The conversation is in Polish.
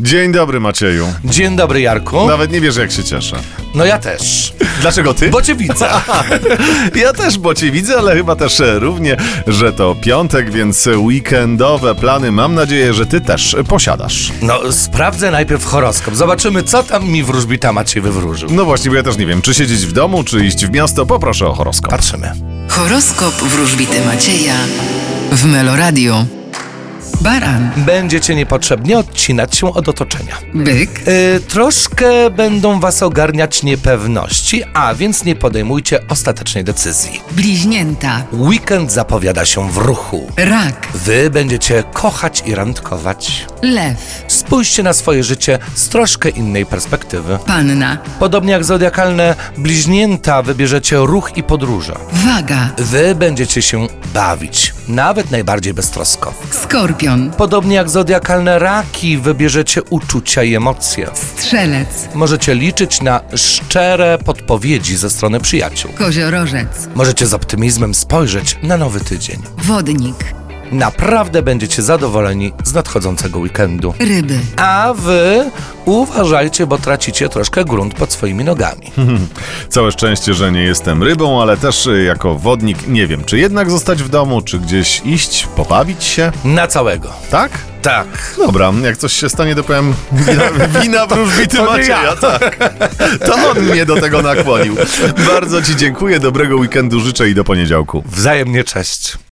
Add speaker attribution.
Speaker 1: Dzień dobry Macieju.
Speaker 2: Dzień dobry, Jarku.
Speaker 1: Nawet nie wiesz jak się cieszę.
Speaker 2: No ja też.
Speaker 1: Dlaczego ty?
Speaker 2: Bo cię widzę.
Speaker 1: Ja też, bo cię widzę, ale chyba też e, równie, że to piątek, więc e, weekendowe plany mam nadzieję, że ty też e, posiadasz.
Speaker 2: No, sprawdzę najpierw horoskop. Zobaczymy, co tam mi wróżbita Maciej wywróżył.
Speaker 1: No właśnie, bo ja też nie wiem, czy siedzieć w domu, czy iść w miasto, poproszę o horoskop.
Speaker 2: Patrzymy.
Speaker 3: Horoskop wróżbity Macieja w Meloradio. Baran,
Speaker 2: Będziecie niepotrzebnie odcinać się od otoczenia.
Speaker 3: byk,
Speaker 2: Yy, troszkę będą was ogarniać niepewności, a więc nie podejmujcie ostatecznej decyzji.
Speaker 3: bliźnięta,
Speaker 2: Weekend zapowiada się w ruchu.
Speaker 3: rak,
Speaker 2: Wy będziecie kochać i randkować.
Speaker 3: lew,
Speaker 2: Spójrzcie na swoje życie z troszkę innej perspektywy.
Speaker 3: panna,
Speaker 2: Podobnie jak zodiakalne bliźnięta wybierzecie ruch i podróże.
Speaker 3: waga,
Speaker 2: Wy będziecie się bawić, nawet najbardziej beztrosko.
Speaker 3: skorpion,
Speaker 2: Podobnie jak zodiakalne raki wybierzecie uczucia i emocje.
Speaker 3: strzelec,
Speaker 2: Możecie liczyć na szczere podpowiedzi ze strony przyjaciół.
Speaker 3: koziorożec,
Speaker 2: Możecie z optymizmem spojrzeć na nowy tydzień.
Speaker 3: wodnik,
Speaker 2: Naprawdę będziecie zadowoleni z nadchodzącego weekendu.
Speaker 3: ryby,
Speaker 2: A wy uważajcie, bo tracicie troszkę grunt pod swoimi nogami.
Speaker 1: Całe szczęście, że nie jestem rybą, ale też e, jako wodnik nie wiem, czy jednak zostać w domu, czy gdzieś iść, pobawić się,
Speaker 2: Na całego.
Speaker 1: tak?
Speaker 2: Tak.
Speaker 1: Dobra, jak coś się stanie, to powiem wina, wina wróżbity
Speaker 2: to nie
Speaker 1: Macieja,
Speaker 2: ja.
Speaker 1: tak. To on mnie do tego nakłonił. Bardzo ci dziękuję, dobrego weekendu życzę i do poniedziałku.
Speaker 2: Wzajemnie cześć.